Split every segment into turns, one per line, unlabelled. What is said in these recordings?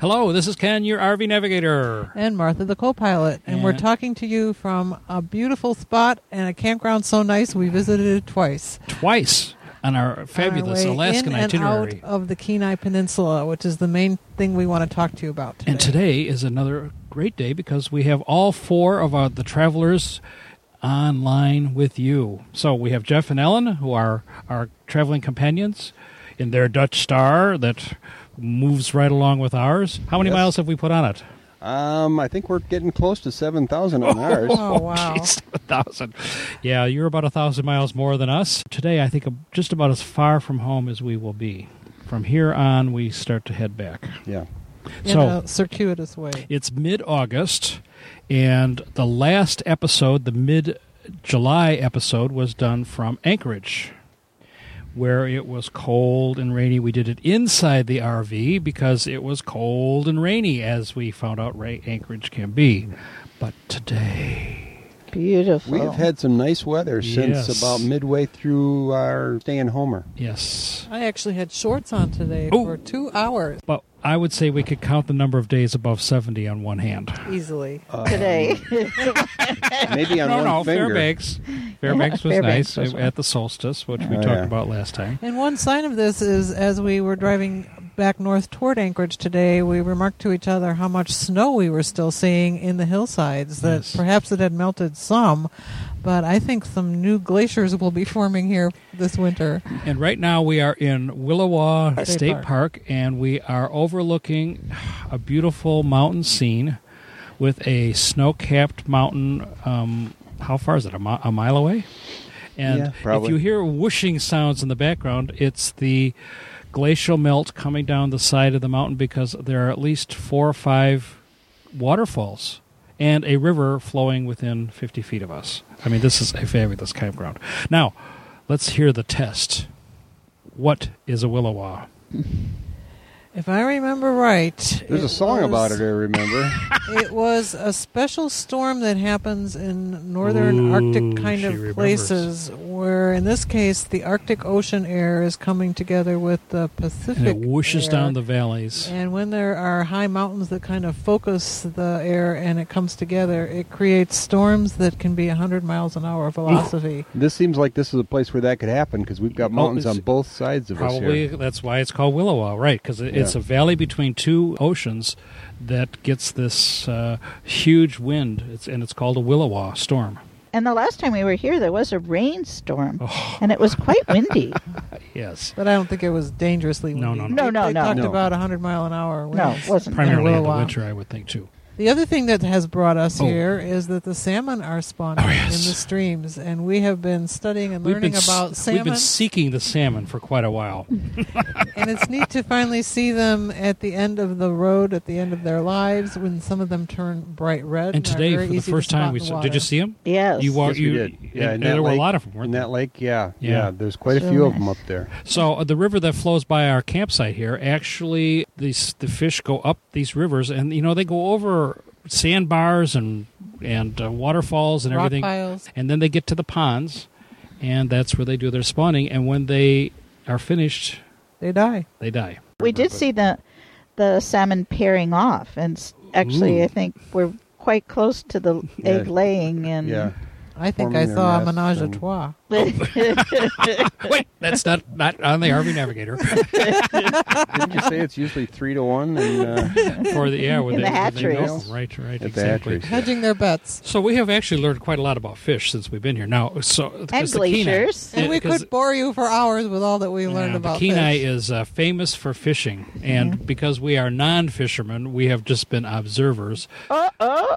Hello, this is Ken, your RV Navigator.
and Martha the co-pilot, and we're
Yeah.
talking to you from a beautiful spot and a campground so nice we visited it twice.
Twice on our fabulous
on our way
Alaskan
in
itinerary.
and out of the Kenai Peninsula, which is the main thing we want to talk to you about. Today.
And today is another great day because we have all four of our, the travelers online with you. So we have Jeff and Ellen, who are our traveling companions in their Dutch Star that moves right along with ours. How many
Yes.
miles have we put on it?
Um, I think we're getting close to seven thousand on ours.
oh wow!
Jeez, a thousand. Yeah, you're about a thousand miles more than us. Today, I think I'm just about as far from home as we will be. From here on, we start to head back.
Yeah,
In
So-
a circuitous way.
It's mid August, and the last episode, the mid July episode, was done from Anchorage, where it was cold and rainy. We did it inside the RV because it was cold and rainy, as we found out right Anchorage can be. But today,
Beautiful.
we have had some nice weather since
Yes.
about midway through our stay in Homer.
yes.
I actually had shorts on today
Oh.
for two hours
But I would say we could count the number of days above 70 on one hand.
easily.
today.
Maybe on
no,
one
no,
finger.
Fairbanks. Fairbanks was
Fairbanks
nice
was
at the solstice, which we
Oh,
talked
yeah.
about last time.
And one sign of this is as we were driving back north toward Anchorage today, we remarked to each other how much snow we were still seeing in the hillsides, that
Yes.
perhaps it had melted some, but I think some new glaciers will be forming here this winter.
And right now we are in Willowa
State
State, Park.
Park.
and we are overlooking a beautiful mountain scene with a snow-capped mountain. Um, how far is it? A, mi- a mile away.
Yeah,
And if
probably.
you hear whooshing sounds in the background, it's the glacial melt coming down the side of the mountain because there are at least four or five waterfalls and a river flowing within 50 feet of us. I mean, this is a fabulous campground. Now, let's hear the test. What is a willowa?
If I remember right,
There's
it
a song about
was-
it. I remember.
it was a special storm that happens in northern
Ooh,
Arctic kind
she
of
remembers.
places, where in this case the Arctic Ocean air is coming together with the Pacific.
And it whooshes
air.
down the valleys.
And when there are high mountains that kind of focus the air and it comes together, it creates storms that can be 100 miles an hour velocity.
this seems like this is a place where that could happen because we've got mountains
Oh, it's
on both sides of us
Probably
here.
that's why it's called Willowa, right? Because it's
Yeah.
a valley between two oceans that gets this uh, huge wind, it's, and it's called a Willowa storm.
and the last time we were here, there was a rainstorm,
Oh.
and it was quite windy.
Yes.
But I don't think it was dangerously windy.
No, no, no.
No, no,
they
no.
talked
No.
about 100 mile an hour
no,
winds.
it wasn't.
Primarily in the
Willowa.
winter, I would think, too.
The other thing that has brought us
Oh.
here is that the salmon are spawning
Oh, yes.
in the streams, and we have been studying and
We've
learning
been, s-
about
we've
salmon,
been seeking the salmon for quite a while.
and it's neat to finally see them at the end of the road, at the end of their lives, when some of them turn bright red.
And
are
today,
very
for the
easy to
first
spot
time,
in
we
the
saw, did
water.
you see him?
Yes.
You walk-
Yes, we
you-
did.
and-
Yeah, in
and
that
there were a
lake-
lot of them, weren't
in
there?
that lake. Yeah,
Yeah.
yeah, There's quite
So
a few of
nice.
them up there.
So uh, the river that flows by our campsite here, actually, these the fish go up these rivers, and you know they go over sandbars and and uh, waterfalls and
Rock
everything,
piles.
and then they get to the ponds, and that's where they do their spawning. And when they are finished,
They die.
they die.
we did see the the salmon pairing off, and s- actually,
Ooh.
I think we're quite close to the
Yeah.
egg laying. And
Yeah,
I think
forming
I
their
saw a
nests
menage a
and-
trois.
Wait, that's not not on the RV Navigator
didn't you say it's usually three to one? And uh,
for the yeah with
In the hatcheries.
right, right,
the
exactly.
hatcheries.
Hedging their bets.
So we have actually learned quite a lot about fish since we've been here. Now, so 'cause the Kenai-
glaciers.
And
Yeah,
we
'cause-
could bore you for hours with all that we learned
Yeah,
about
the Kenai
fish.
is uh, famous for fishing, and because we are non-fishermen, we have just been observers. Uh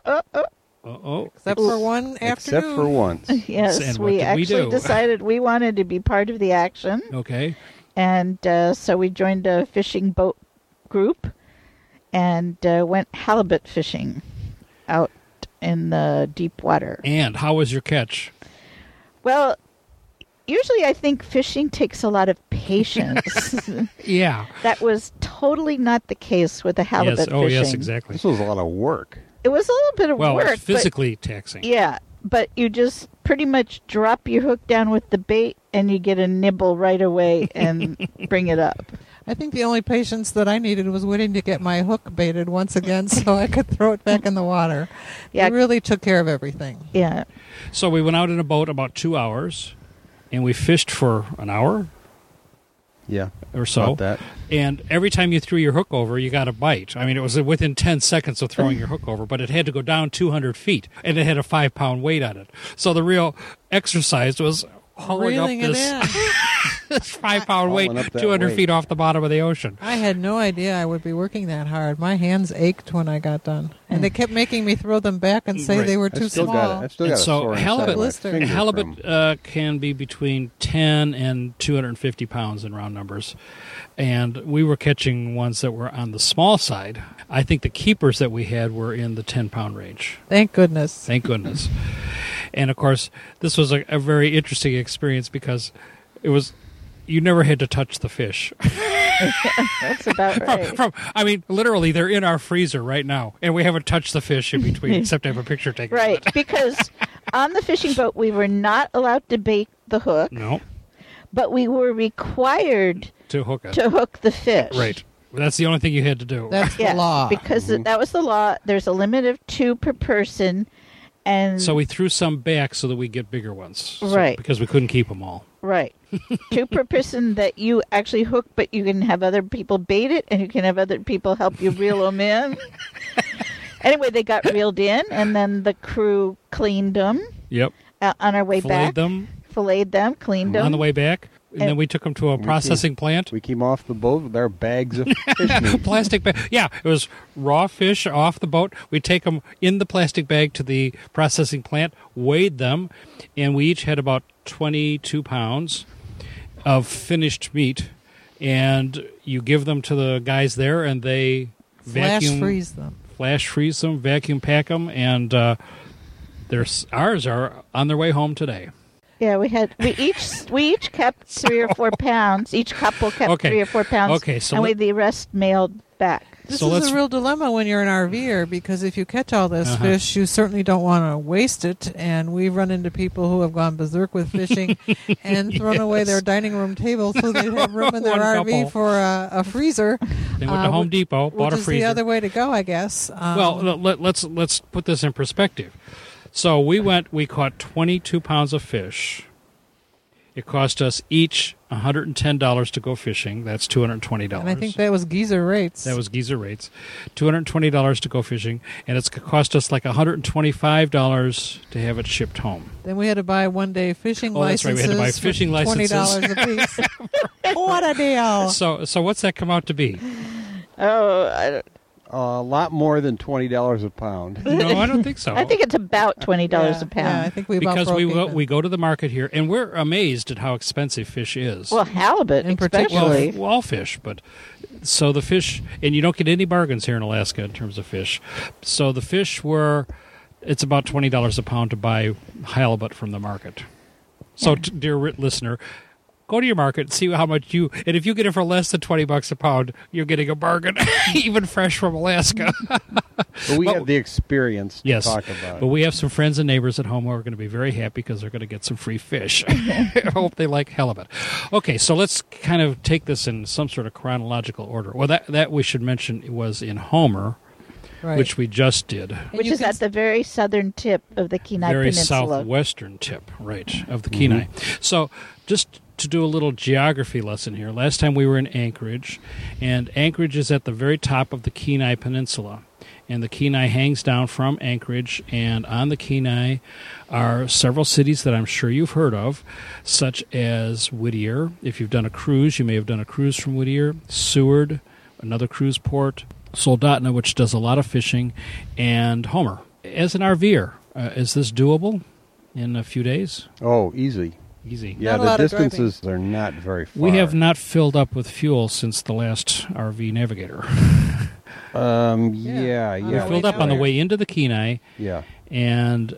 oh, uh oh,
Except for one
except
afternoon.
for once.
And
yes,
what
we
did we
actually
do?
decided we wanted to be part of the action,
Okay,
and uh, so we joined a fishing boat group and uh, went halibut fishing out in the deep water.
and how was your catch?
Well, usually I think fishing takes a lot of patience.
Yeah.
that was totally not the case with the halibut
yes. Oh,
fishing.
yes, exactly.
This was a lot of work.
It was a little bit of
Well,
work.
it's
but-
physically taxing.
yeah, but you just pretty much drop your hook down with the bait and you get a nibble right away and bring it up.
I think the only patience that I needed was waiting to get my hook baited once again so I could throw it back in the water.
Yeah.
It really took care of everything.
Yeah.
So we went out in a boat about two hours, and we fished for an hour
Yeah.
or so.
About that.
And every time you threw your hook over, you got a bite. I mean, it was within 10 seconds of throwing your hook over, but it had to go down 200 feet, and it had a five pound weight on it. So the real exercise was hauling
Reeling
up
it
this,
in.
this five pound weight
Hauling up that
200
weight.
feet off the bottom of the ocean.
I had no idea I would be working that hard. My hands ached when I got done, and they
Hmm.
kept making me throw them back and say
Right.
they were
I've
too
still
small.
got it. I've still
And
got
so
a sore
halibut-
inside my
Blister.
finger from-
halibut uh, can be between 10 and 250 pounds in round numbers and we were catching ones that were on the small side i think the keepers that we had were in the 10 pound range
Thank goodness.
thank goodness and of course this was a, a very interesting experience because it was you never had to touch the fish
That's about right.
from i mean literally they're in our freezer right now and we haven't touched the fish in between except i have a picture taken of
Right,
it.
because on the fishing boat we were not allowed to bait the hook,
no
but we were required
to hook it
to hook the fish.
right Mm-hmm. that's the only thing you had to do
That's
Yes,
the law.
because that was the law. There's a limit of two per person, and
So we threw some back so that we get bigger ones, So-
Right.
Because we couldn't keep them all.
right, two per person that you actually hook, but you can have other people bait it, and you can have other people help you reel them in. anyway, they got reeled in, and then the crew cleaned them
Yep.
uh, on our way
Filleted
back.
them
Filleted them, cleaned them
on the way back, and, then
And-
we took them to a processing plant.
We came off the boat with our bags of fish meat.
Plastic bag. Yeah, it was raw fish off the boat. We take them in the plastic bag to the processing plant, weighed them, and we each had about 22 pounds of finished meat. And you give them to the guys there, and they
Flash
vacuum
freeze them.
flash freeze them, vacuum pack them, and uh, their ours are on their way home today.
Yeah, we had we each we each kept three or four pounds. Each couple kept
Okay.
three or four pounds.
Okay, so
and we
let-
the rest mailed back.
This
So
is
let's-
a real dilemma when you're an RVer because if you catch all this
Uh-huh.
fish, you certainly don't want to waste it. And we've run into people who have gone berserk with fishing and thrown away their dining room table so they have room in their
One
RV
couple.
for a, a freezer.
They went
uh,
to Home
which-
Depot, bought
which
a
is
freezer.
the other way to go, I guess. Um,
well, le- let, let's let's put this in perspective. So we went, we caught 22 pounds of fish. It cost us each $110 to go fishing. That's $220.
and I think that was geezer rates.
That was geezer rates. $220 to go fishing, and it's cost us like $125 to have it shipped home.
Then we had to buy one day fishing
Oh, that's
licenses.
right, we had to buy
for
fishing licenses.
Twenty dollars a piece. what a deal!
So so what's that come out to be?
Oh, I, don't-
Uh, a lot more than twenty dollars a pound.
No, I don't think so.
I think it's about twenty dollars
Yeah,
a pound.
Yeah, I think we about
because we
broke
go,
even.
we go to the market here and we're amazed at how expensive fish is.
well, halibut
In particular.
well,
especially.
f- well, all fish, but so the fish and you don't get any bargains here in Alaska in terms of fish. So the fish were it's about twenty dollars a pound to buy halibut from the market. So, t- dear writ- listener. Go to your market and see how much you, and if you get it for less than twenty bucks a pound, you're getting a bargain, even fresh from Alaska.
But we have the experience to
Yes.
talk about.
But we have some friends and neighbors at home who are going to be very happy because they're going to get some free fish. I hope they like halibut. Okay, so let's kind of take this in some sort of chronological order. Well, that, that we should mention was in Homer,
right.
which we just did.
And
which
you
is
can
at the very southern tip of the Kenai
very
Peninsula.
southwestern tip, right, of the Kenai. So, just to do a little geography lesson here, last time we were in Anchorage, and Anchorage is at the very top of the Kenai Peninsula. And the Kenai hangs down from Anchorage, and on the Kenai are several cities that I'm sure you've heard of, such as Whittier. If you've done a cruise, you may have done a cruise from Whittier, Seward, another cruise port, Soldotna, which does a lot of fishing, and Homer. As an RVer, uh, is this doable in a few days?
oh, easy.
Easy.
Yeah,
a lot
the
of driving.
distances are not very far.
We have not filled up with fuel since the last RV Navigator.
Um,
Yeah.
yeah, yeah.
We
we
Yeah,
filled
we
up on the
know.
way into the Kenai,
Yeah.
and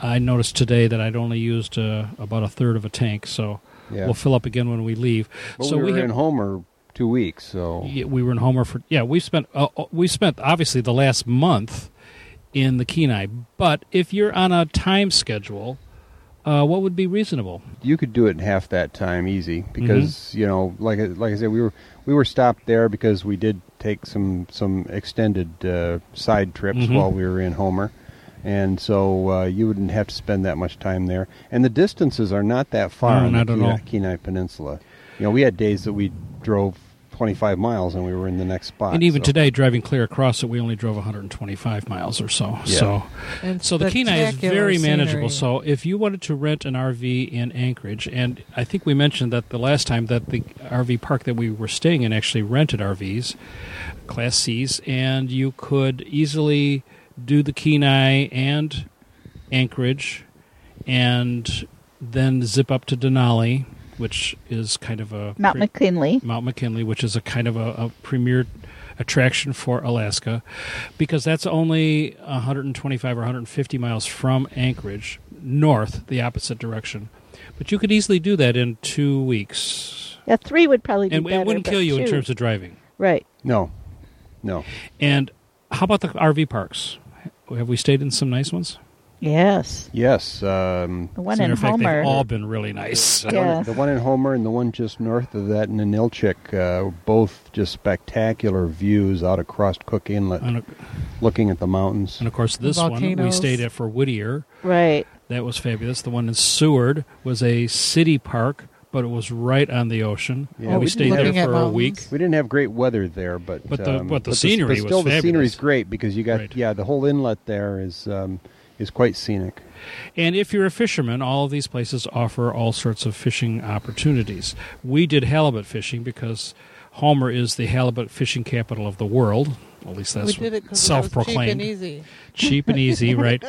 I noticed today that I'd only used uh, about a third of a tank, so
Yeah.
we'll fill up again when we leave.
But
so
we were
have,
in Homer two weeks, so
yeah, we were in Homer for yeah. We spent uh, uh, we spent obviously the last month in the Kenai, but if you're on a time schedule, uh, what would be reasonable?
you could do it in half that time easy because
Mm-hmm.
you know, like I- like I said, we were we were stopped there because we did take some some extended uh, side trips
Mhm.
while we were in Homer, and so uh, you wouldn't have to spend that much time there. And the distances are not that far
No,
on
not
the
at
Kenai,
all.
Kenai Peninsula. You know, we had days that we drove 25 miles and we were in the next spot.
and even
so-
today, driving clear across it, we only drove 125 miles or so.
Yeah.
So
And
So the Kenai is
spectacular
very manageable.
scenery.
So if you wanted to rent an RV in Anchorage, and I think we mentioned that the last time that the RV park that we were staying in actually rented RVs, Class C's, and you could easily do the Kenai and Anchorage, and then zip up to Denali, which is kind of a
Mount
pre-
McKinley.
Mount McKinley, which is a kind of a, a premier attraction for Alaska, because that's only 125 or 150 miles from Anchorage, north, the opposite direction. But you could easily do that in two weeks,
Yeah, three would probably be
and
better.
it wouldn't
but
kill you in
two-
terms of driving.
right.
No, no.
And how about the RV parks? Have we stayed in some nice ones?
Yes,
Yes, um,
the one
As a
in
matter of fact,
Homer.
They've all been really nice.
Yeah.
one- the one in Homer and the one just north of that in Anilchik, uh, were both just spectacular views out across Cook Inlet,
And, of-
looking at the mountains.
and of course, this one we
Volcanoes.
stayed at for Whittier.
Right.
That was fabulous. The one in Seward was a city park, but it was right on the ocean.
Yeah,
And we
we
stayed there
Looking at
for a
mountains.
week.
We didn't have great weather there, but
But the-
um,
but the scenery
but
was
still the
fabulous.
scenery's great because you got
Right.
yeah the whole inlet there is um, is quite scenic.
And if you're a fisherman, all of these places offer all sorts of fishing opportunities. We did halibut fishing because Homer is the halibut fishing capital of the world. At least that's
we did it 'cause it was
self-proclaimed.
cheap and easy.
Cheap and easy, right?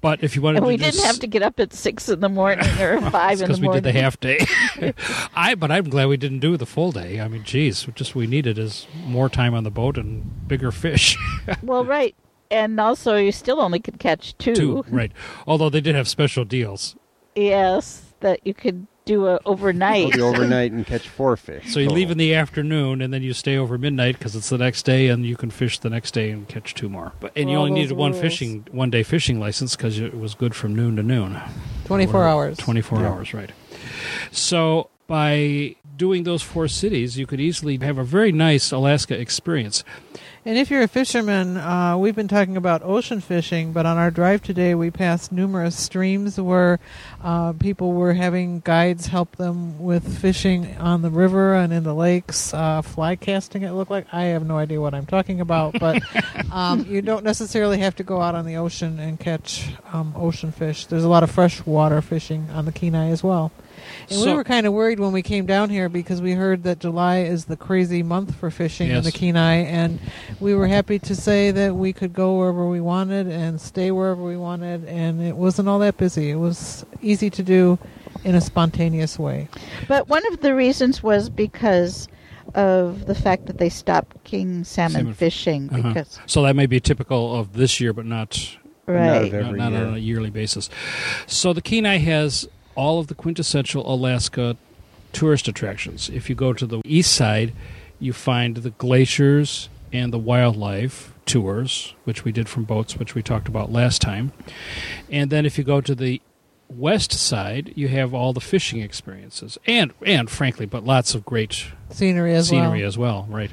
But if you wanted
And
to
we
do
didn't have to get up at six in the morning or five in the
because we
morning.
did the half day. I but I'm glad we didn't do the full day. I mean, geez, just we needed is more time on the boat and bigger fish.
Well, right. And also, you still only could catch two.
Two, right? Although they did have special deals,
Yes, that you could do
Go
a overnight.
the overnight and catch four fish.
so you leave in
total.
Oh.
the afternoon and then you stay over midnight because it's the next day, and you can fish the next day and catch two more. But and you
All
only
Oh, those
needed one
rules.
fishing, one day fishing license because it was good from noon to noon.
24 hours.
24
Yeah.
hours, right. So by doing those four cities, you could easily have a very nice Alaska experience.
And if you're a fisherman, uh, we've been talking about ocean fishing, but on our drive today, we passed numerous streams where uh, people were having guides help them with fishing on the river and in the lakes, uh, fly casting. It looked like I have no idea what I'm talking about, but um, you don't necessarily have to go out on the ocean and catch um, ocean fish. There's a lot of freshwater fishing on the Kenai as well. And we
So-
were kind of worried when we came down here because we heard that July is the crazy month for fishing in
Yes.
the Kenai, and we were happy to say that we could go wherever we wanted and stay wherever we wanted, and it wasn't all that busy. It was easy to do in a spontaneous way.
But one of the reasons was because of the fact that they stopped king salmon,
Salmon f-
fishing
Uh-huh.
because
So that may be typical of this year, but not
right.
every
not, not
year.
on a yearly basis. So the Kenai has all of the quintessential Alaska tourist attractions. If you go to the east side, you find the glaciers and the wildlife tours, which we did from boats, which we talked about last time. And then if you go to the west side, you have all the fishing experiences, and and frankly, but lots of great
Scenery as
scenery
well.
as well, right?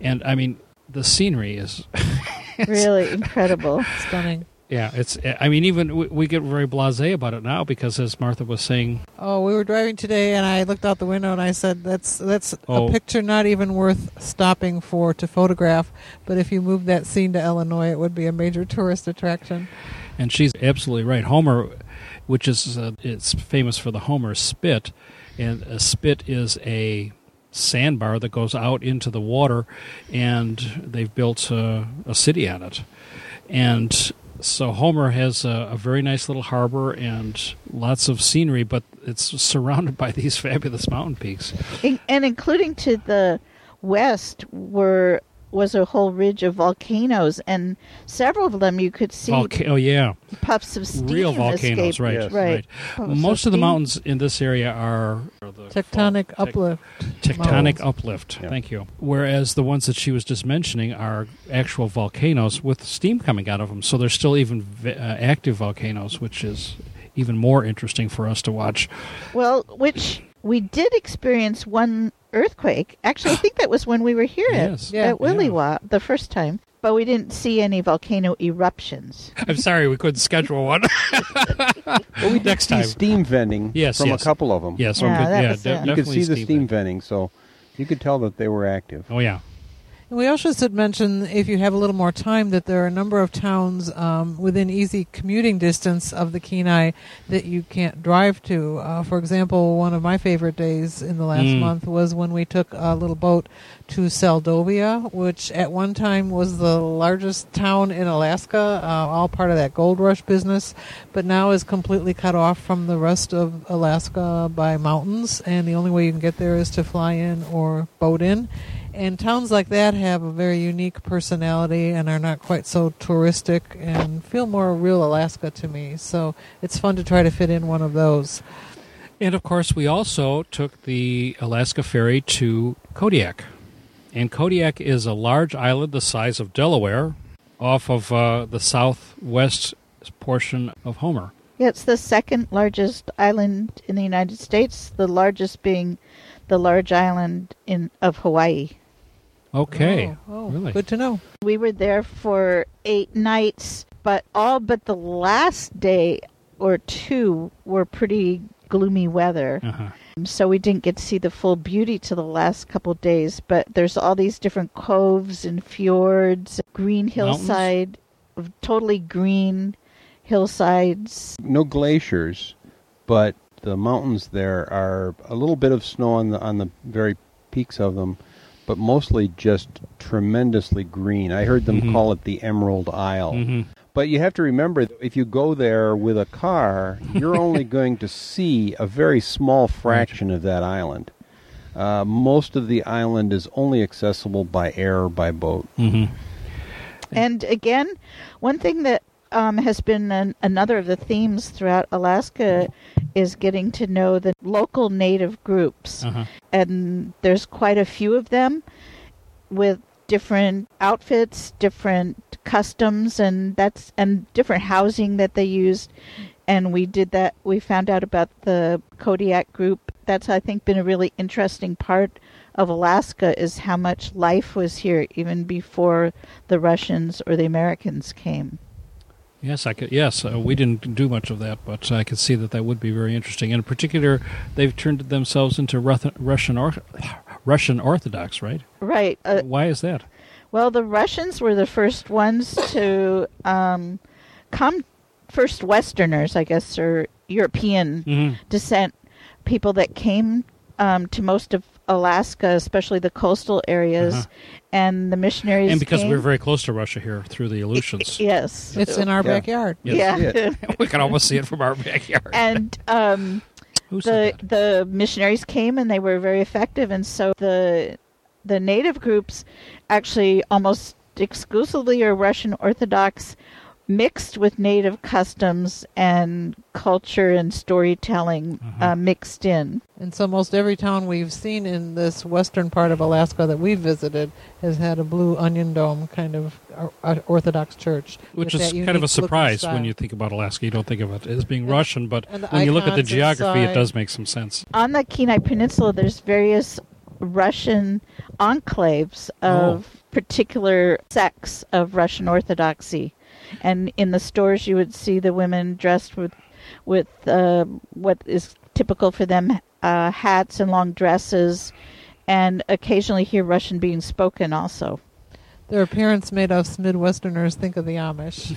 And I mean, the scenery is
really incredible.
Stunning.
Yeah, it's. I mean, even we, we get very blasé about it now because, as Martha was saying,
Oh, we were driving today, and I looked out the window and I said, "That's that's
Oh.
a picture not even worth stopping for to photograph." But if you moved that scene to Illinois, it would be a major tourist attraction.
and she's absolutely right. Homer, which is uh, it's famous for the Homer spit, and a spit is a sandbar that goes out into the water, and they've built a, a city on it, and so Homer has a, a very nice little harbor and lots of scenery, but it's surrounded by these fabulous mountain peaks.
In, and including to the west were was a whole ridge of volcanoes, and several of them you could see
Volca- oh yeah,
puffs of steam
real volcanoes,
escape.
right?
Yes.
Right.
Right. Puffs of
Most of the
steam.
mountains in this area are are the
Tectonic
fault- tec-
uplift.
Tectonic
mountains.
uplift.
Yeah.
Thank you. Whereas the ones that she was just mentioning are actual volcanoes with steam coming out of them. So they're still even v- uh, active volcanoes, which is even more interesting for us to watch.
Well, which we did experience one earthquake. Actually, I think that was when we were here
Yes.
at,
Yeah.
at Willywa the first time, but we didn't see any volcano eruptions.
I'm sorry we couldn't schedule one.
Well, we did
Next
see
time.
steam vending
Yes,
from
yes.
a couple of them.
yeah, so
Yeah,
I'm good.
that
yeah,
was
de-
it.
definitely
you could see the
steam
steam
vent.
vending, so you could tell that they were active.
Oh yeah.
And we also should mention, if you have a little more time, that there are a number of towns um, within easy commuting distance of the Kenai that you can't drive to. Uh, for example, one of my favorite days in the last
Mm.
month was when we took a little boat to Seldovia, which at one time was the largest town in Alaska, uh, all part of that gold rush business, but now is completely cut off from the rest of Alaska by mountains, and the only way you can get there is to fly in or boat in. And towns like that have a very unique personality and are not quite so touristic and feel more real Alaska to me. So it's fun to try to fit in one of those.
And of course, we also took the Alaska ferry to Kodiak. And Kodiak is a large island the size of Delaware off of uh, the southwest portion of Homer.
Yeah, it's the second largest island in the United States, the largest being the large island in of Hawaii.
Okay.
Oh, oh,
really?
Good to know.
We were there for eight nights, but all but the last day or two were pretty gloomy weather.
Uh-huh.
So we didn't get to see the full beauty to the last couple of days, but there's all these different coves and fjords, green hillside, totally green hillsides.
No glaciers, but the mountains there are a little bit of snow on the on the very peaks of them, but mostly just tremendously green. I heard them
Mhm.
call it the Emerald Isle.
hmm
But you have to remember, if you go there with a car, you're only going to see a very small fraction of that island. Uh, most of the island is only accessible by air or by boat.
hmm
And again, one thing that um, has been an, another of the themes throughout Alaska is getting to know the local native groups.
Uh-huh.
and there's quite a few of them with different outfits, different customs and that's and different housing that they used and we did that we found out about the Kodiak group. That's I think been a really interesting part of Alaska is how much life was here even before the Russians or the Americans came.
Yes, I could. Yes, uh, we didn't do much of that, but I could see that that would be very interesting. And in particular, they've turned themselves into Ruth- Russian or- Russian Orthodox, right?
Right. Uh,
Why is that?
Well, the Russians were the first ones to um, come, first Westerners, I guess, or European
hmm
descent people that came um, to most of Alaska, especially the coastal areas,
Uh-huh.
and the missionaries.
And because
came.
we're very close to Russia here through the Aleutians,
yes,
It's in our
Yeah.
backyard.
Yes.
yeah,
we can almost see it from our backyard.
and um,
Who
the
said that?
the missionaries came and they were very effective, and so the the native groups actually almost exclusively are Russian Orthodox, mixed with native customs and culture and storytelling
Uh-huh.
uh, mixed in.
And so most every town we've seen in this western part of Alaska that we've visited has had a blue onion dome kind of or- or- Orthodox church.
Which
with
is
that
kind of a
unique look and
surprise when
style.
you think about Alaska. You don't think of it as being
And-
Russian, but
and the
when you look at the
icons
geography, it
inside.
does make some sense.
on the Kenai Peninsula, there's various Russian enclaves
Oh.
of particular sects of Russian Orthodoxy, and in the stores you would see the women dressed with with uh, what is typical for them uh, hats and long dresses, and occasionally hear Russian being spoken also.
Their appearance made us Midwesterners think of the Amish.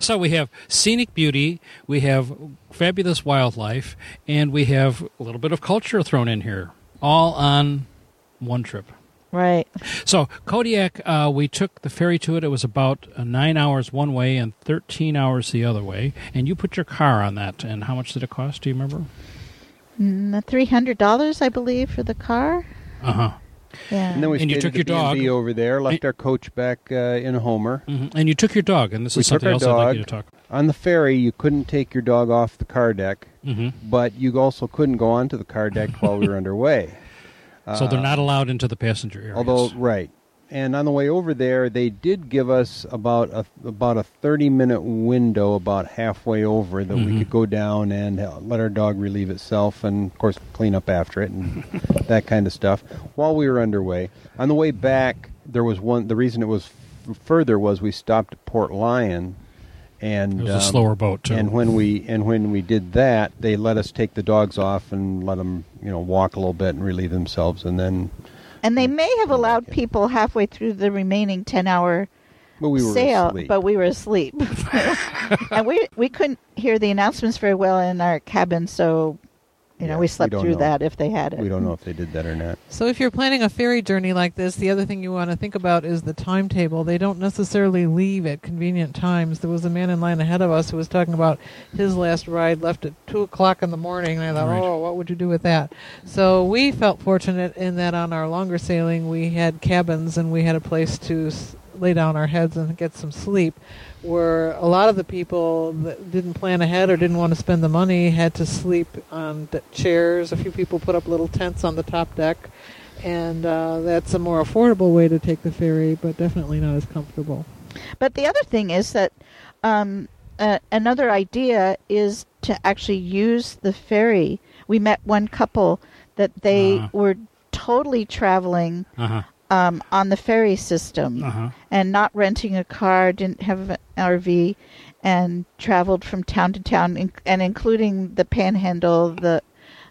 So we have scenic beauty, we have fabulous wildlife, and we have a little bit of culture thrown in here, all on one trip.
Right.
So Kodiak, uh, we took the ferry to it. It was about uh, nine hours one way and thirteen hours the other way. And you put your car on that. And how much did it cost? Do you remember?
Mm, Three hundred dollars, I believe, for the car.
Uh huh.
Yeah.
And then we
And you
stayed
took
at the
your
B&B
dog.
over there, left our coach back uh, in Homer.
Mhm. And you took your dog, and this
We
is something
took
else
our
I'd like you to
dog.
talk.
On the ferry, you couldn't take your dog off the car deck,
hmm
but you also couldn't go onto the car deck while we were underway.
so they're not allowed into the passenger areas.
Uh, Although, right. And on the way over there, they did give us about a about a thirty minute window, about halfway over, that we
Mm-hmm.
could go down and uh, let our dog relieve itself, and of course clean up after it and that kind of stuff. While we were underway, on the way back, there was one. The reason it was f- further was we stopped at Port Lyon, and um,
It was a slower boat, too.
And when we and when we did that, they let us take the dogs off and let them you know walk a little bit and relieve themselves, and then
And they may
Oh
have allowed
Okay.
people halfway through the remaining 10 hour
But we were
sail,
asleep.
but we were asleep. and we, we couldn't hear the announcements very well in our cabin, so, you
Yeah,
know,
we
we slept
don't
through
know.
that if they had it.
we don't know if they did that or not.
So if you're planning a ferry journey like this, the other thing you want to think about is the timetable. They don't necessarily leave at convenient times. There was a man in line ahead of us who was talking about his last ride left at two o'clock in the morning, and I thought,
Right.
oh, what would you do with that? So we felt fortunate in that on our longer sailing we had cabins and we had a place to s- lay down our heads and get some sleep. Where a lot of the people that didn't plan ahead or didn't want to spend the money had to sleep on d- chairs. A few people put up little tents on the top deck, and uh, that's a more affordable way to take the ferry, but definitely not as comfortable.
But the other thing is that um, uh, another idea is to actually use the ferry. We met one couple that they
Ah.
were totally traveling
Uh huh.
um, on the ferry system
Uh huh.
and not renting a car, didn't have an RV, and traveled from town to town, in- and including the Panhandle, the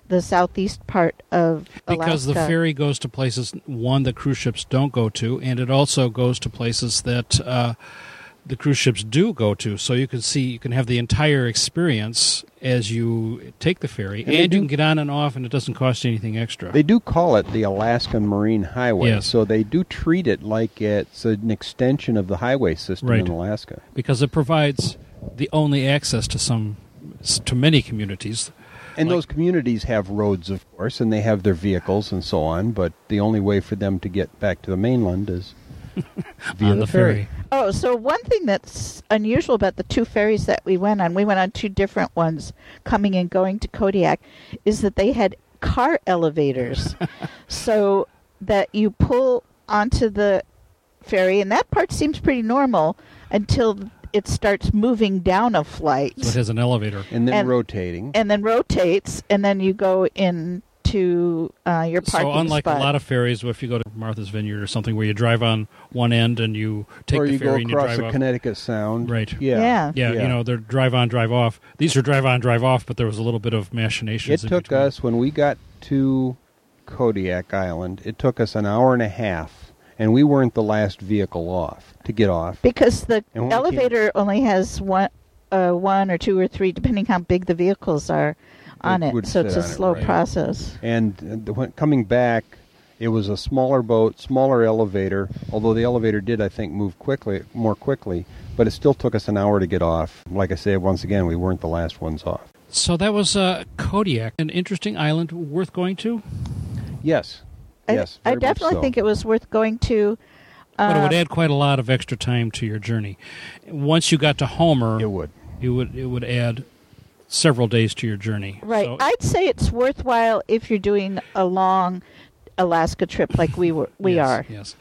the southeast part of
Because the
Alaska.
ferry goes to places one the cruise ships don't go to, and it also goes to places that uh, the cruise ships do go to. So you can see, you can have the entire experience as you take the ferry, and,
they
you
do-
can get on and off, and it doesn't cost you anything extra.
They do call it the Alaskan Marine Highway,
Yes.
so they do treat it like it's an extension of the highway system
Right.
in Alaska.
because it provides the only access to some to many communities.
And
Like-
those communities have roads, of course, and they have their vehicles and so on. But the only way for them to get back to the mainland is via
on the ferry.
Oh, so one thing that's unusual about the two ferries that we went on, we went on two different ones coming and going to Kodiak, is that they had car elevators. so that you pull onto the ferry, and that part seems pretty normal until it starts moving down a flight
So it has an elevator.
and then
And-
rotating.
and then rotates, and then you go into uh, your parking
So unlike
spot.
a lot of ferries, if you go to Martha's Vineyard or something, where you drive on one end and you take
or
the
you
ferry
go
and you
across
drive
the
off.
Connecticut Sound.
Right.
Yeah.
Yeah.
yeah, you know, they're drive on, drive off. These are drive on, drive off, but there was a little bit of
It
machinations. in
took
between.
us when we got to Kodiak Island. It took us an hour and a half, and we weren't the last vehicle off to get off.
because the
And when we
elevator only has one, uh, one or two or three, depending how big the vehicles are, on
It
it.
would
so it's
fit
a
on it,
slow
right.
process.
And uh, the- when coming back, it was a smaller boat, smaller elevator. Although the elevator did, I think, move quickly, more quickly, but it still took us an hour to get off. Like I said, once again, we weren't the last ones off.
So that was uh, Kodiak, an interesting island worth going to,
Yes,
I-
yes.
I,
very much
definitely
so.
think it was worth going to.
but it would
Um,
add quite a lot of extra time to your journey. Once you got to Homer,
it would.
it would it would add several days to your journey.
Right.
So-
I'd say it's worthwhile if you're doing a long Alaska trip like we were. We
yes,
are.
Yes.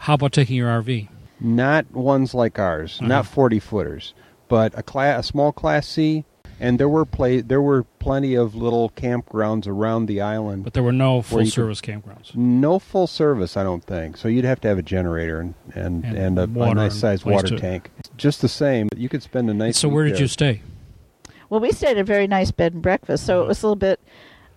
How about taking your RV?
Not ones like ours,
Mm-hmm.
not forty footers, but a class, a small class C. And there were play, there were plenty of little campgrounds around the island.
But there were no
you
full
could-
service campgrounds.
No full service, I don't think. So you'd have to have a generator and and,
And
and, a,
water
a nice
and
sized
place
water
to-
tank. Just the same, you could spend a nice.
so where
week
did you
there.
stay?
Well, we stayed at a very nice bed and breakfast,
Uh-huh.
so it was a little bit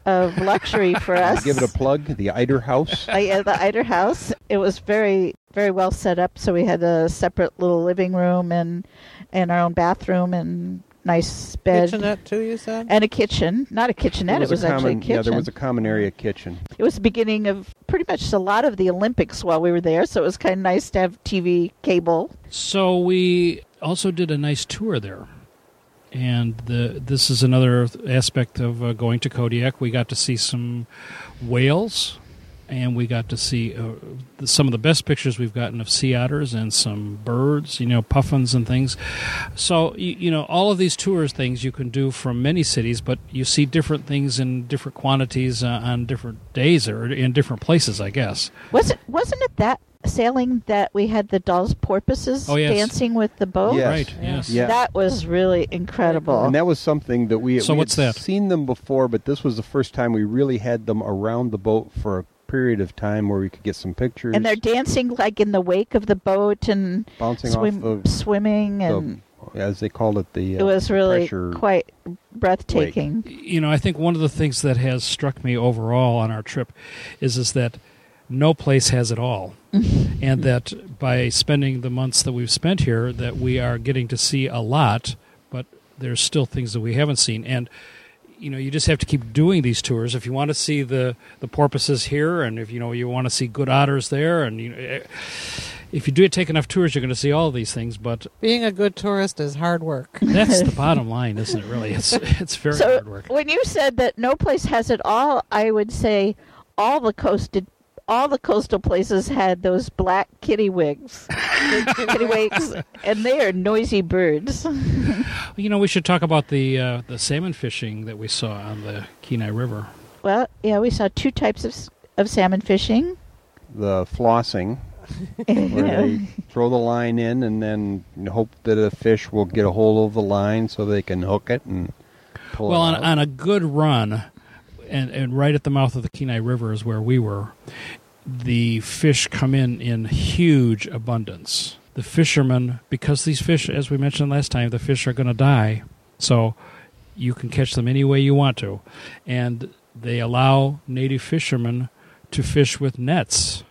of luxury for us.
Give it a plug. The Eider House.
I, at the Eider House. It was very very well set up. So we had a separate little living room and and our own bathroom and nice bed
Kitchenette too, you said.
and a kitchen. Not a kitchenette.
There
it was
a
actually
common,
a kitchen.
Yeah, there was a common area kitchen.
it was the beginning of pretty much a lot of the Olympics while we were there. So it was kind of nice to have TV cable.
So we also did a nice tour there. And the, this is another aspect of uh, going to Kodiak. We got to see some whales and we got to see uh, th- some of the best pictures we've gotten of sea otters and some birds, you know, puffins and things. So, you, you know, all of these tours things you can do from many cities, but you see different things in different quantities uh, on different days or in different places, I guess.
Wasn't wasn't it that sailing that we had the dolls porpoises
Oh, yes.
dancing with the boat?
Yes.
Right, yes.
Yeah.
That was really incredible.
And that was something that we,
So
we
what's
had
that?
seen them before, but this was the first time we really had them around the boat for a period of time where we could get some pictures.
and they're dancing like in the wake of the boat and
bouncing
swim,
off the,
swimming and
the, as they called it, the uh,
it was really
pressure.
quite breathtaking.
you know, I think one of the things that has struck me overall on our trip is is that no place has it all, and that by spending the months that we've spent here, that we are getting to see a lot, but there's still things that we haven't seen, and you know, you just have to keep doing these tours if you want to see the the porpoises here, and if you know you want to see good otters there, and you know, eh, if you do take enough tours, you're going to see all these things, but.
Being a good tourist is hard work.
That's the bottom line, isn't it? Really, it's it's very
so
hard work.
when you said that no place has it all, I would say all the coasted all the coastal places had those black kitty wigs, kitty wigs, and they are noisy birds.
You know, we should talk about the uh, the salmon fishing that we saw on the Kenai River.
Well, yeah, we saw two types of s- of salmon fishing.
the flossing, where they throw the line in and then hope that a fish will get a hold of the line so they can hook it and pull
Well,
it
on,
out.
on a good run, and, and right at the mouth of the Kenai River is where we were, the fish come in in huge abundance. The fishermen, because these fish, as we mentioned last time, the fish are going to die. So you can catch them any way you want to. And they allow native fishermen to fish with nets.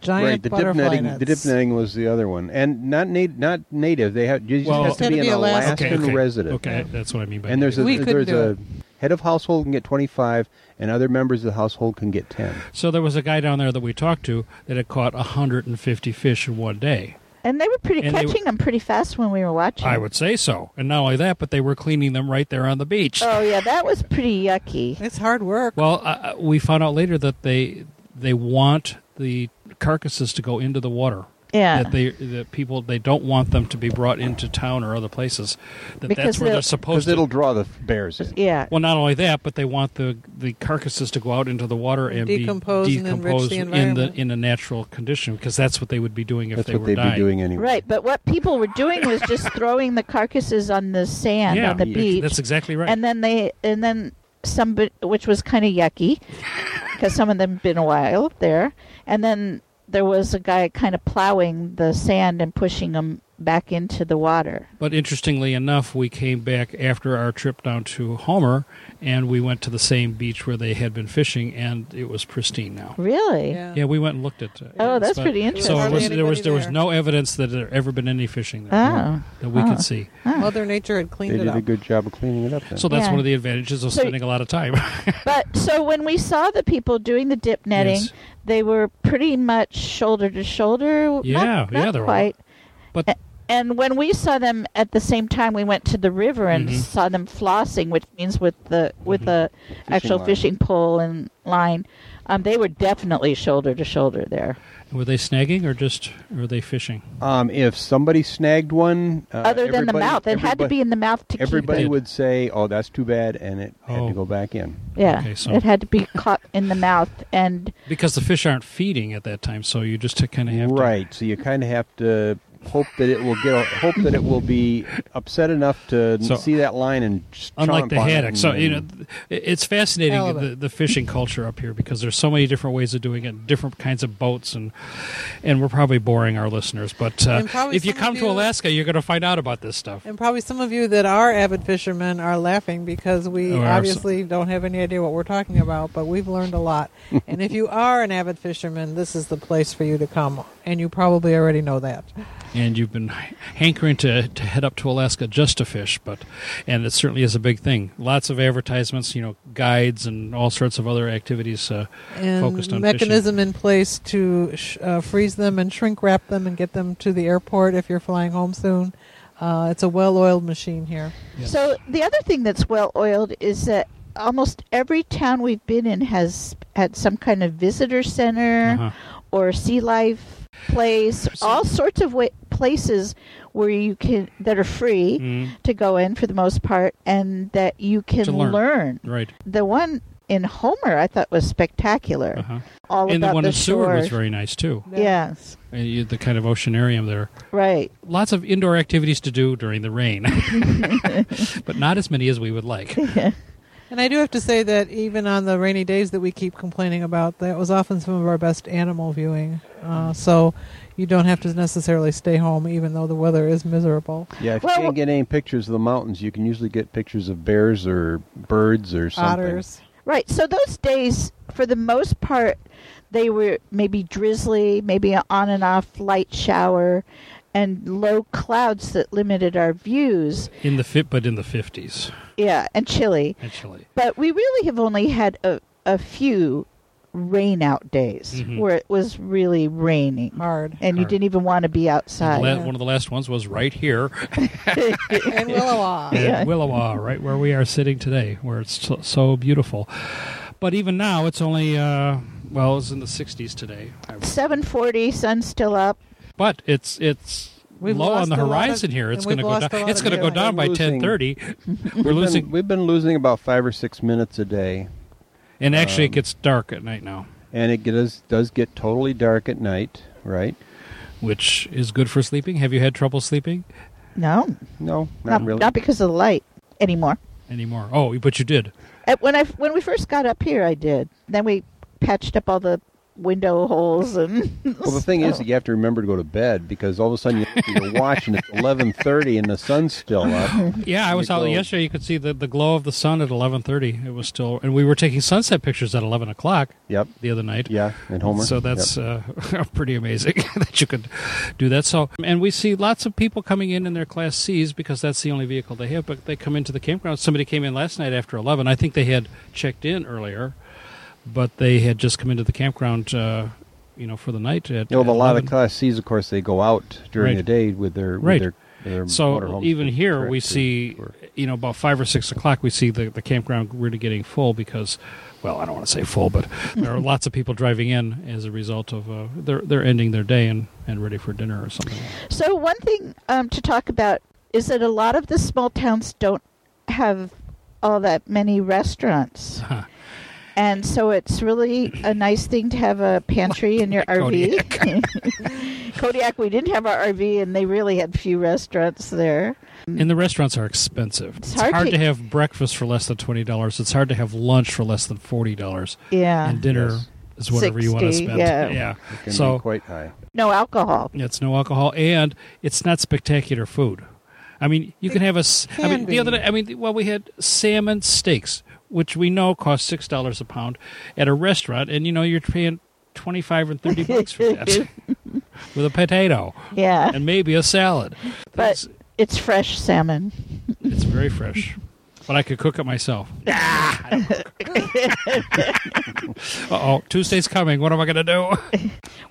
Giant
right, the dip
butterfly
netting.
nets.
The dip netting was the other one, and not native. Not native. They have you just
Well-
have to
Gotta
be an
be Alaskan.
Alaskan
okay.
resident.
Okay, that's what I mean by
And there's a
We couldn't
there's
do
a
it.
head of household can get 25, and other members of the household can get 10.
So there was a guy down there that we talked to that had caught 150 fish in one day.
And they were pretty
And they
catching them pretty fast when we were watching.
I would say so. And not only that, but they were cleaning them right there on the beach.
Oh yeah, that was pretty yucky.
It's hard work.
Well, uh, we found out later that they they want the carcasses to go into the water.
Yeah.
That they that people they don't want them to be brought into town or other places. That that's
Because
where they're
they'll-
supposed
Because
to.
it'll draw the bears in.
Yeah.
Well, not only that, but they want the the carcasses to go out into the water and
Decompose
be
and enrich
decomposed
the
in the
environment.
in a natural condition because that's what they would be doing if
That's
they
what
were
they'd
dying.
be doing anyway.
Right, but what people were doing was just throwing the carcasses on the sand
yeah,
on the
ex-
beach,
That's exactly right.
and then they and then some, bit- which was kind of yucky, because some of them been a while there, and then there was a guy kind of plowing the sand and pushing them back into the water.
But interestingly enough, we came back after our trip down to Homer, and we went to the same beach where they had been fishing, and it was pristine now.
Really?
Yeah, we went and looked at. Uh,
Oh, that's
but-
pretty interesting.
So it
Hardly
was, there was
anybody
there was
there.
no evidence that there ever been any fishing there
Oh.
that we
Huh.
could see.
Mother Nature had
They
cleaned
did
it up.
a good job of cleaning it up. Then.
So that's
Yeah.
one of the advantages of
So-
spending a lot of time.
But so when we saw the people doing the dip netting,
Yes.
they were pretty much shoulder to shoulder. Not-
Yeah,
not,
yeah, they're all-
quite.
but
A- And when we saw them at the same time, we went to the river and
Mm-hmm.
Mhm.
saw them flossing, which means with the with a actual
line.
fishing pole and line. Um, they were definitely shoulder to shoulder there.
were they snagging or just were they fishing?
um, if somebody snagged one, uh,
Other than the
everybody-
mouth, it had to
everybody-
be in the mouth to
Everybody
Did.
would say, "Oh, that's too bad," and it had
Oh.
to go back in.
keep it. Yeah,
okay, so-
it had to be caught in the mouth, and
Because the fish aren't feeding at that time, so you just kind of have to.
Right. So you kind of have to hope that it will get, a, hope that it will be upset enough to
So-
see that line and just
unlike
chomp
the
on it
haddock.
and-
So you know, th- it's fascinating
Halibut.
the, the fishing culture up here because there's so many different ways of doing it, different kinds of boats, and and we're probably boring our listeners. But uh,
And probably
if you
some
come
of
to
you-
Alaska, you're going to find out about this stuff.
And probably some of you that are avid fishermen are laughing because we
Or are
obviously don't have any idea what we're talking about, but we've learned a lot. and if you are an avid fisherman, this is the place for you to come. And you probably already know that.
And you've been hankering to, to head up to Alaska just to fish, but and it certainly is a big thing. Lots of advertisements, you know, guides and all sorts of other activities uh,
And
focused on
mechanism in place to sh- uh, freeze them and shrink wrap them and get them to the airport if you're flying home soon. Uh, it's a well oiled machine here.
Fishing. Yes.
So the other thing that's well oiled is that almost every town we've been in has had some kind of visitor center
Uh-huh.
or sea life place,
So-
all sorts of wa places where you can that are free
Mm,
to go in for the most part, and that you can
To learn.
learn.
right.
The one in Homer I thought was spectacular.
Uh-huh.
All
And
about
the one in Seward was
shores.
very nice too.
Yes,
And you, the kind of oceanarium there.
right.
Lots of indoor activities to do during the rain, but not as many as we would like.
And I do have to say that even on the rainy days that we keep complaining about, that was often some of our best animal viewing. Uh, so you don't have to necessarily stay home, even though the weather is miserable.
Yeah, if
Well-
you can't get any pictures of the mountains, you can usually get pictures of bears or birds or something.
Otters.
Right. So those days, for the most part, they were maybe drizzly, maybe an on and off light shower, and low clouds that limited our views.
In the fit, but in the fifties,
Yeah, and chilly.
actually.
But we really have only had a, a few rain out days
Mhm.
where it was really raining.
Hard.
And you
Hard.
didn't even want to be
The
outside.
la-
yeah.
One of the last ones was right here
and Willowa.
in
Yeah.
Willowa, right where we are sitting today, where it's so, so beautiful. But even now, it's only uh, well, it's in the sixties today. I would-
740, sun's still up.
But it's it's
We've
low on
lost
the
a lot of-
horizon here. It's going
and
to
we've
go
lost
down.
a lot
It's
of
going to go
viewing.
down by
We're losing-
ten thirty. We're
We've been-
losing,
we've been losing about five or six minutes a day.
and actually, it
um,
gets dark at night now,
and it does does get totally dark at night, right?
which is good for sleeping. Have you had trouble sleeping
No,
No, not,
not,
really.
not because of the light anymore.
anymore? Oh, but you did.
At- when I when we first got up here, I did. Then we patched up all the window holes and.
well, the thing is that you have to remember to go to bed because all of a sudden you look at your watch and it's eleven thirty and the sun's still up.
Yeah, I
You
was out
go-
yesterday. You could see the, the glow of the sun at eleven thirty. It was still, and we were taking sunset pictures at eleven o'clock
Yep.
the other night.
Yeah, and Homer.
So that's uh, pretty amazing that you could do that. So, and we see lots of people coming in in their Class Cs because that's the only vehicle they have. But they come into the campground. Somebody came in last night after eleven. I think they had checked in earlier, but they had just come into the campground, uh, you know, for the night. At,
you know,
at
a lot of
11.
Class C's, of course, they go out
Right.
during the day with their
Right.
With their, their
So
motorhomes
even
to-
here,
to-
we
to-
see,
to-
you know, about five or six o'clock, we see the, the campground really getting full because, well, I don't want to say full, but there are lots of people driving in as a result of uh, they're they're ending their day and, and ready for dinner or something.
So one thing um, to talk about is that a lot of the small towns don't have all that many restaurants,
Huh.
and so it's really a nice thing to have a pantry in your RV. Kodiak, we didn't have our RV, and they really had few restaurants there.
And the restaurants are expensive.
Mm. It's hard to-
to, have breakfast for less than twenty dollars. It's hard to have lunch for less than forty dollars.
Yeah,
And dinner
Yes.
is whatever you want to
60,
spend.
yeah.
it can be
so-
quite high.
no alcohol.
It's no alcohol, and it's not spectacular food. I mean, you can have a. s- I
can
mean,
be.
the other day, I mean, well, we had salmon steaks, which we know cost six dollars a pound at a restaurant, and you know you're paying twenty five and thirty bucks for that with a potato
Yeah,
and maybe a salad.
but it's fresh salmon.
it's, it's very fresh, but I could cook it myself. Uh oh, Tuesday's coming. What am I going to do?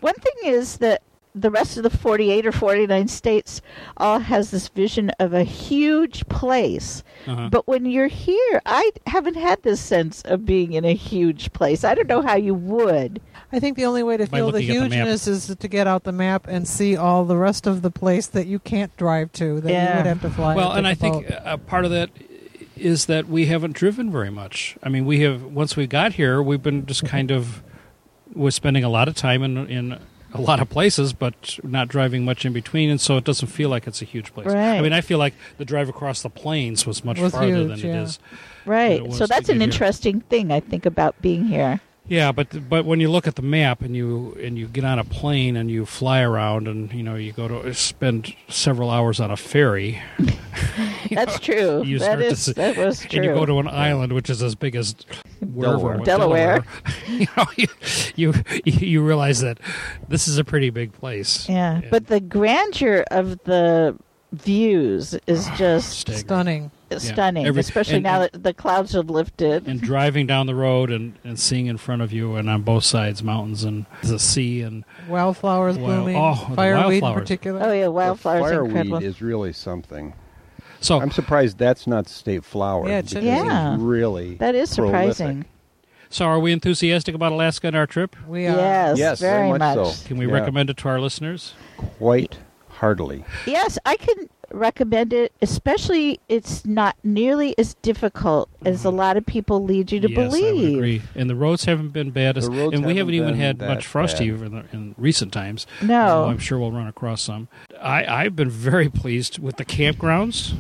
One thing is that the rest of the 48 or 49 states all has this vision of a huge place.
Uh-huh.
But when you're here, I haven't had this sense of being in a huge place. I don't know how you would.
I think the only way to
By
feel the
looking at the map.
hugeness is to get out the map and see all the rest of the place that you can't drive to that you
Yeah.
would have to fly. or
Well, and I
take a
think
boat.
uh, part of that is that we haven't driven very much. I mean, we have once we got here, we've been just kind of we're spending a lot of time in in a lot of places, but not driving much in between, and so it doesn't feel like it's a huge place. I
Right.
mean, I feel like the drive across the plains was much
Was
farther
huge,
than
yeah.
it is. It
Right.
was
So that's
to
an
get here.
interesting thing I think about being here.
Yeah, but but when you look at the map and you and you get on a plane and you fly around and you know you go to spend several hours on a ferry
That's true.
you
That
start to
is
see-
that was true.
and you go to an island which is as big as wherever-
Delaware.
you know, you, you you realize that this is a pretty big place.
yeah,
And
but the grandeur of the views is just
staggering.
stunning.
stunning,
Every-
especially
and-
now that the clouds have lifted.
And driving down the road and, and seeing in front of you and on both sides mountains and the sea and
Wildflowers
Wild-
blooming,
oh, the
fireweed in
wildflowers.
particular.
oh yeah,
The
wildflowers are
fireweed
incredible.
is really something.
So
I'm surprised that's not state flower.
Yeah, it should
because
be. Yeah.
it's really.
That is
prolific.
surprising.
so are we enthusiastic about Alaska and our trip?
We are.
Yes,
Yes,
very
very much so.
Can we
Yeah.
recommend it to our listeners?
Quite heartily.
Yes, I can recommend it. Especially, it's not nearly as difficult as a lot of people lead you to
Mm-hmm. yes,
believe.
I would agree. And the roads haven't been bad, as,
The roads
and we haven't
haven't
even
been
had
that
much frost
bad.
even in, in recent times.
No.
Although I'm sure we'll run across some. I, I've been very pleased with the campgrounds.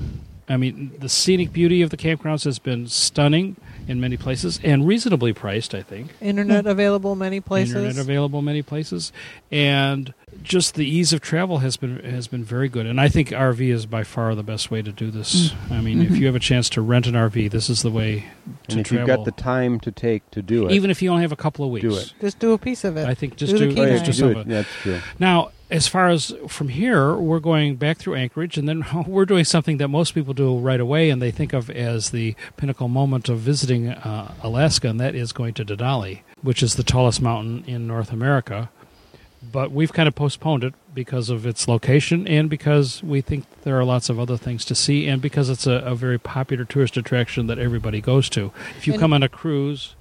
I mean, the scenic beauty of the campgrounds has been stunning in many places and reasonably priced, I think.
Internet available many places.
Internet available many places, and just the ease of travel has been has been very good. And I think RV is by far the best way to do this.
Mm.
I mean,
Mm-hmm.
if you have a chance to rent an RV, this is the way to
and if
travel.
you've got the time to take to do it,
even if you only have a couple of weeks,
Do it.
Just do a piece of it.
I think just
Do the
do,
key
oh, yeah,
just
night.
do
do
some
it.
of it.
That's true.
Now, as far as from here, we're going back through Anchorage, and then we're doing something that most people do right away, and they think of as the pinnacle moment of visiting uh, Alaska, and that is going to Denali, which is the tallest mountain in North America. But we've kind of postponed it because of its location and because we think there are lots of other things to see, and because it's a, a very popular tourist attraction that everybody goes to. If you
And-
come on a cruise,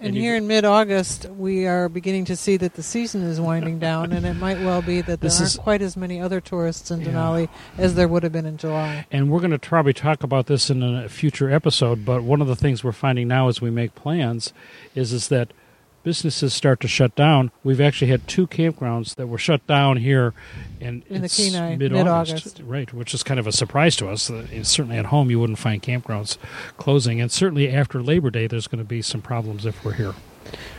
And
you-
here in mid-August, we are beginning to see that the season is winding down, and it might well be that there
This
aren't
is-
quite as many other tourists in
Yeah.
Denali as there would have been in July.
And we're going to probably talk about this in a future episode, but one of the things we're finding now as we make plans is is that businesses start to shut down. We've actually had two campgrounds that were shut down here and
In the
it's
Kenai,
mid-August.
mid-August.
Right, which is kind of a surprise to us. Uh, Certainly at home you wouldn't find campgrounds closing and certainly after Labor Day there's going to be some problems if we're here.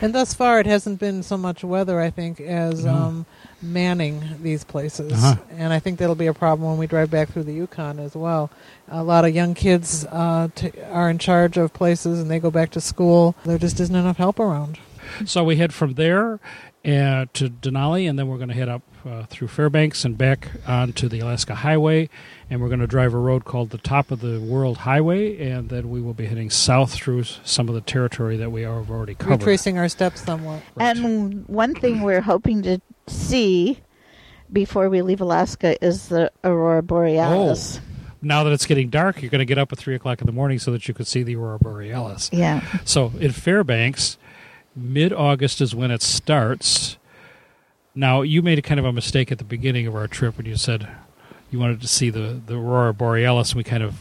And thus far, it hasn't been so much weather, I think, as
No.
um, manning these places.
Uh-huh.
And I think that'll be a problem when we drive back through the Yukon as well. A lot of young kids uh, t- are in charge of places, and they go back to school. There just isn't enough help around.
So we head from there uh, to Denali, and then we're going to head up uh, through Fairbanks and back onto the Alaska Highway, and we're going to drive a road called the Top of the World Highway, and then we will be heading south through s- some of the territory that we have already covered.
Retracing our steps somewhat.
Right.
And one thing we're hoping to see before we leave Alaska is the aurora borealis.
now that it's getting dark, you're going to get up at three o'clock in the morning so that you could see the aurora borealis.
Yeah.
So in Fairbanks, mid August is when it starts. Now you made a kind of a mistake at the beginning of our trip when you said you wanted to see the, the aurora borealis. and We kind of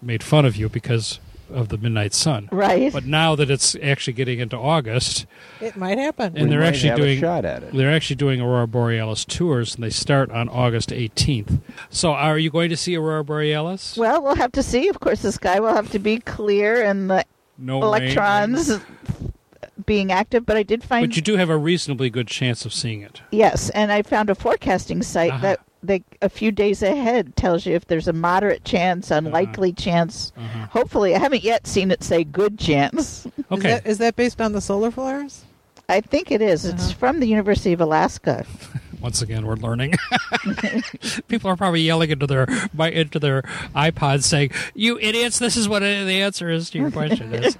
made fun of you because of the midnight sun.
Right.
But now that it's actually getting into August,
It might happen.
And
we
they're
might
actually
have
doing-
a shot at it.
they're actually doing aurora borealis tours, and they start on August 18th. So are you going to see aurora borealis?
well, we'll have to see. Of course, the sky will have to be clear and the
no rain.
electrons being active. But I did find
But you do have a reasonably good chance of seeing it.
Yes, and I found a forecasting site
Uh-huh.
that they, a few days ahead tells you if there's a moderate chance, unlikely chance.
Uh-huh.
Hopefully, I haven't yet seen it say good chance.
Okay.
Is that, is that based on the solar flares?
I think it is. It's
Uh-huh.
from the University of Alaska.
Once again, we're learning. People are probably yelling into their my, into their iPods, saying, "You idiots! This is what it- the answer is to your question," as,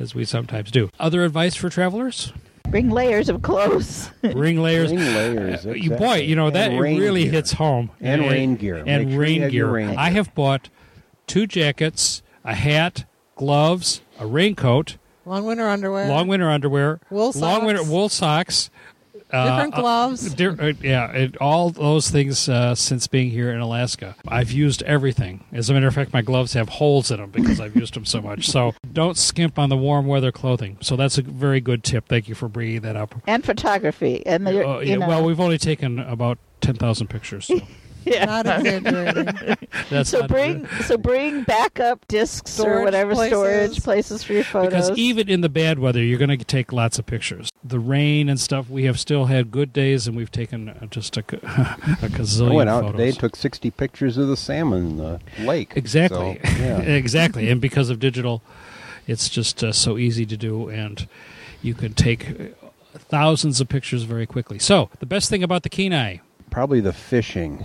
as we sometimes do. Other advice for travelers:
Bring layers of clothes.
bring layers.
Ring layers,
Uh, you-
exactly.
Boy, you know
And
that it
rain
really
gear.
hits home.
And rain gear.
And
Make sure you
rain,
have
gear.
your rain gear.
I have bought two jackets, a hat, gloves, a raincoat,
Long winter underwear.
long winter underwear,
Wool
long winter
socks.
wool socks, Uh,
Different gloves.
Di- uh, yeah, and all those things uh, since being here in Alaska. I've used everything. As a matter of fact, my gloves have holes in them because I've used them so much. So don't skimp on the warm weather clothing. So that's a very good tip. Thank you for bringing that up.
and photography. And the,
Uh, yeah,
you know,
Well, we've only taken about 10,000 pictures. So
yeah.
Not exaggerating.
that's
so
not-
bring so bring backup discs or
Storage
whatever storage
places.
places for your photos.
Because even in the bad weather, you're going to take lots of pictures. The rain and stuff, we have still had good days, and we've taken uh, just a, ca- a
I
gazillion
went out
photos.
today Oh, and took 60 pictures of the salmon in the lake.
Exactly.
So, yeah.
exactly. And because of digital, it's just uh, so easy to do, and you can take uh, thousands of pictures very quickly. So, the best thing about the Kenai,
Probably the fishing.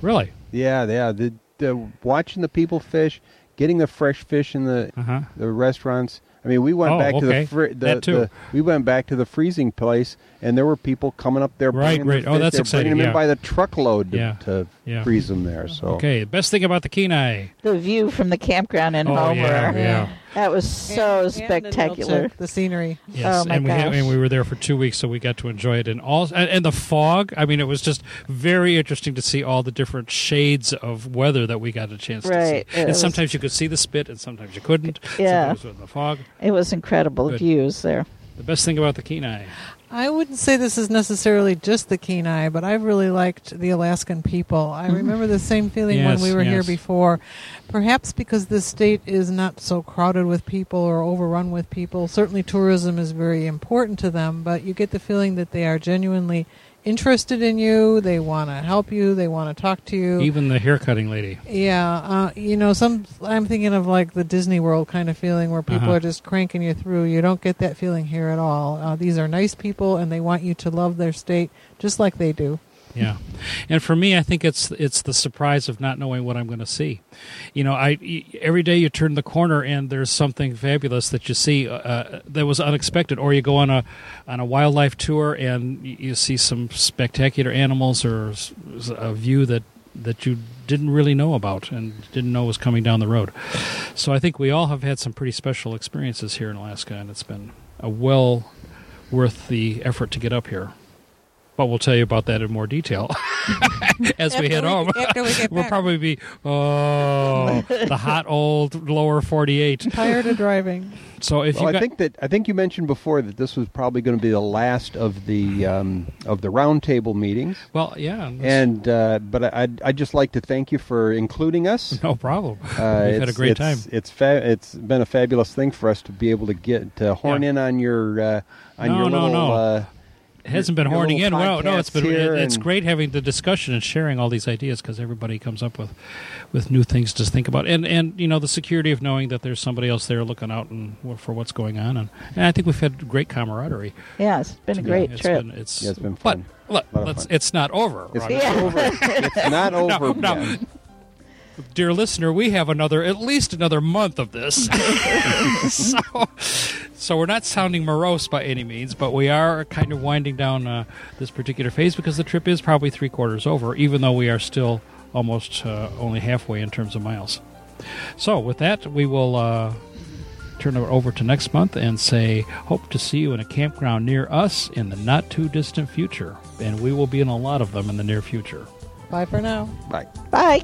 really.
Yeah, yeah. The, the watching the people fish, getting the fresh fish in the
Uh huh.
the restaurants. I mean, we went
Oh,
back to
okay.
the, fr- the,
That too.
the we went back to the freezing place, and there were people coming up there,
Right,
bringing their
right. Oh,
fish.
that's
They're
exciting,
Bringing them
yeah.
in by the truckload to,
Yeah.
to
Yeah.
freeze them there. So
Okay, best thing about the Kenai.
The view from the campground in
oh
Homer.
yeah, yeah.
Yeah.
That was so
And- and the
spectacular.
Nilchuk, the scenery. Uh,
Yes,
Oh, my
and we had-
gosh.
and we were there for two weeks, so we got to enjoy it. And all and, and the fog. I mean, it was just very interesting to see all the different shades of weather that we got a chance
Right,
to see.
it
and
was-
sometimes you could see the spit, and sometimes you couldn't.
Yeah.
sometimes it was in the fog.
It was incredible
Good.
views there.
The best thing about the Kenai.
I wouldn't say this is necessarily just the Kenai, but I really liked the Alaskan people. I remember the same feeling
Mm-hmm. Yes,
when we were here
yes.
before. Perhaps because this state is not so crowded with people or overrun with people. Certainly, tourism is very important to them, but you get the feeling that they are genuinely interested in you. They want to help you. They want to talk to you.
Even the haircutting lady.
Yeah, uh, you know, some I'm thinking of like the Disney World kind of feeling where people
Uh-huh.
are just cranking you through. You don't get that feeling here at all. Uh, these are nice people, and they want you to love their state just like they do.
Yeah, and for me, I think it's it's the surprise of not knowing what I'm going to see. You know, I every day you turn the corner and there's something fabulous that you see uh, that was unexpected, or you go on a on a wildlife tour and y- you see some spectacular animals or s- s- a view that that you didn't really know about and didn't know was coming down the road. So I think we all have had some pretty special experiences here in Alaska, and it's been a well worth the effort to get up here. But we'll tell you about that in more detail as we head home. We'll probably be oh the hot old lower forty eight.
tired of driving.
So if
Well,
you
I
got,
think that I think you mentioned before that this was probably going to be the last of the um, of the roundtable meetings,
well yeah that's-
and uh, but I, I'd, I'd just like to thank you for including us.
no problem.
Uh,
We've had a
it's-
great time.
it's- It's fa- it's been a fabulous thing for us to be able to get to horn
Yeah.
in on your uh, on
No,
your
no,
little.
no.
Uh,
It hasn't been
your
horning in
little
well. No, it's been
podcasts here
it's
and-
great having the discussion and sharing all these ideas because everybody comes up with with new things to think about and and you know the security of knowing that there's somebody else there looking out and for what's going on and, and I think we've had great camaraderie.
Yeah, it's been a great
It's
trip.
been- it's,
Yeah, it's been fun.
But look,
A lot of
let's,
fun.
it's not over.
it's
Roger.
Yeah.
not over. It's not over.
no.
yet.
dear listener, we have another at least another month of this. so, so we're not sounding morose by any means, but we are kind of winding down uh, this particular phase because the trip is probably three quarters over, even though we are still almost uh, only halfway in terms of miles. So, with that, we will. Uh, Turn it over to next month and say, Hope to see you in a campground near us in the not too distant future. And we will be in a lot of them in the near future.
Bye for now.
Bye.
Bye.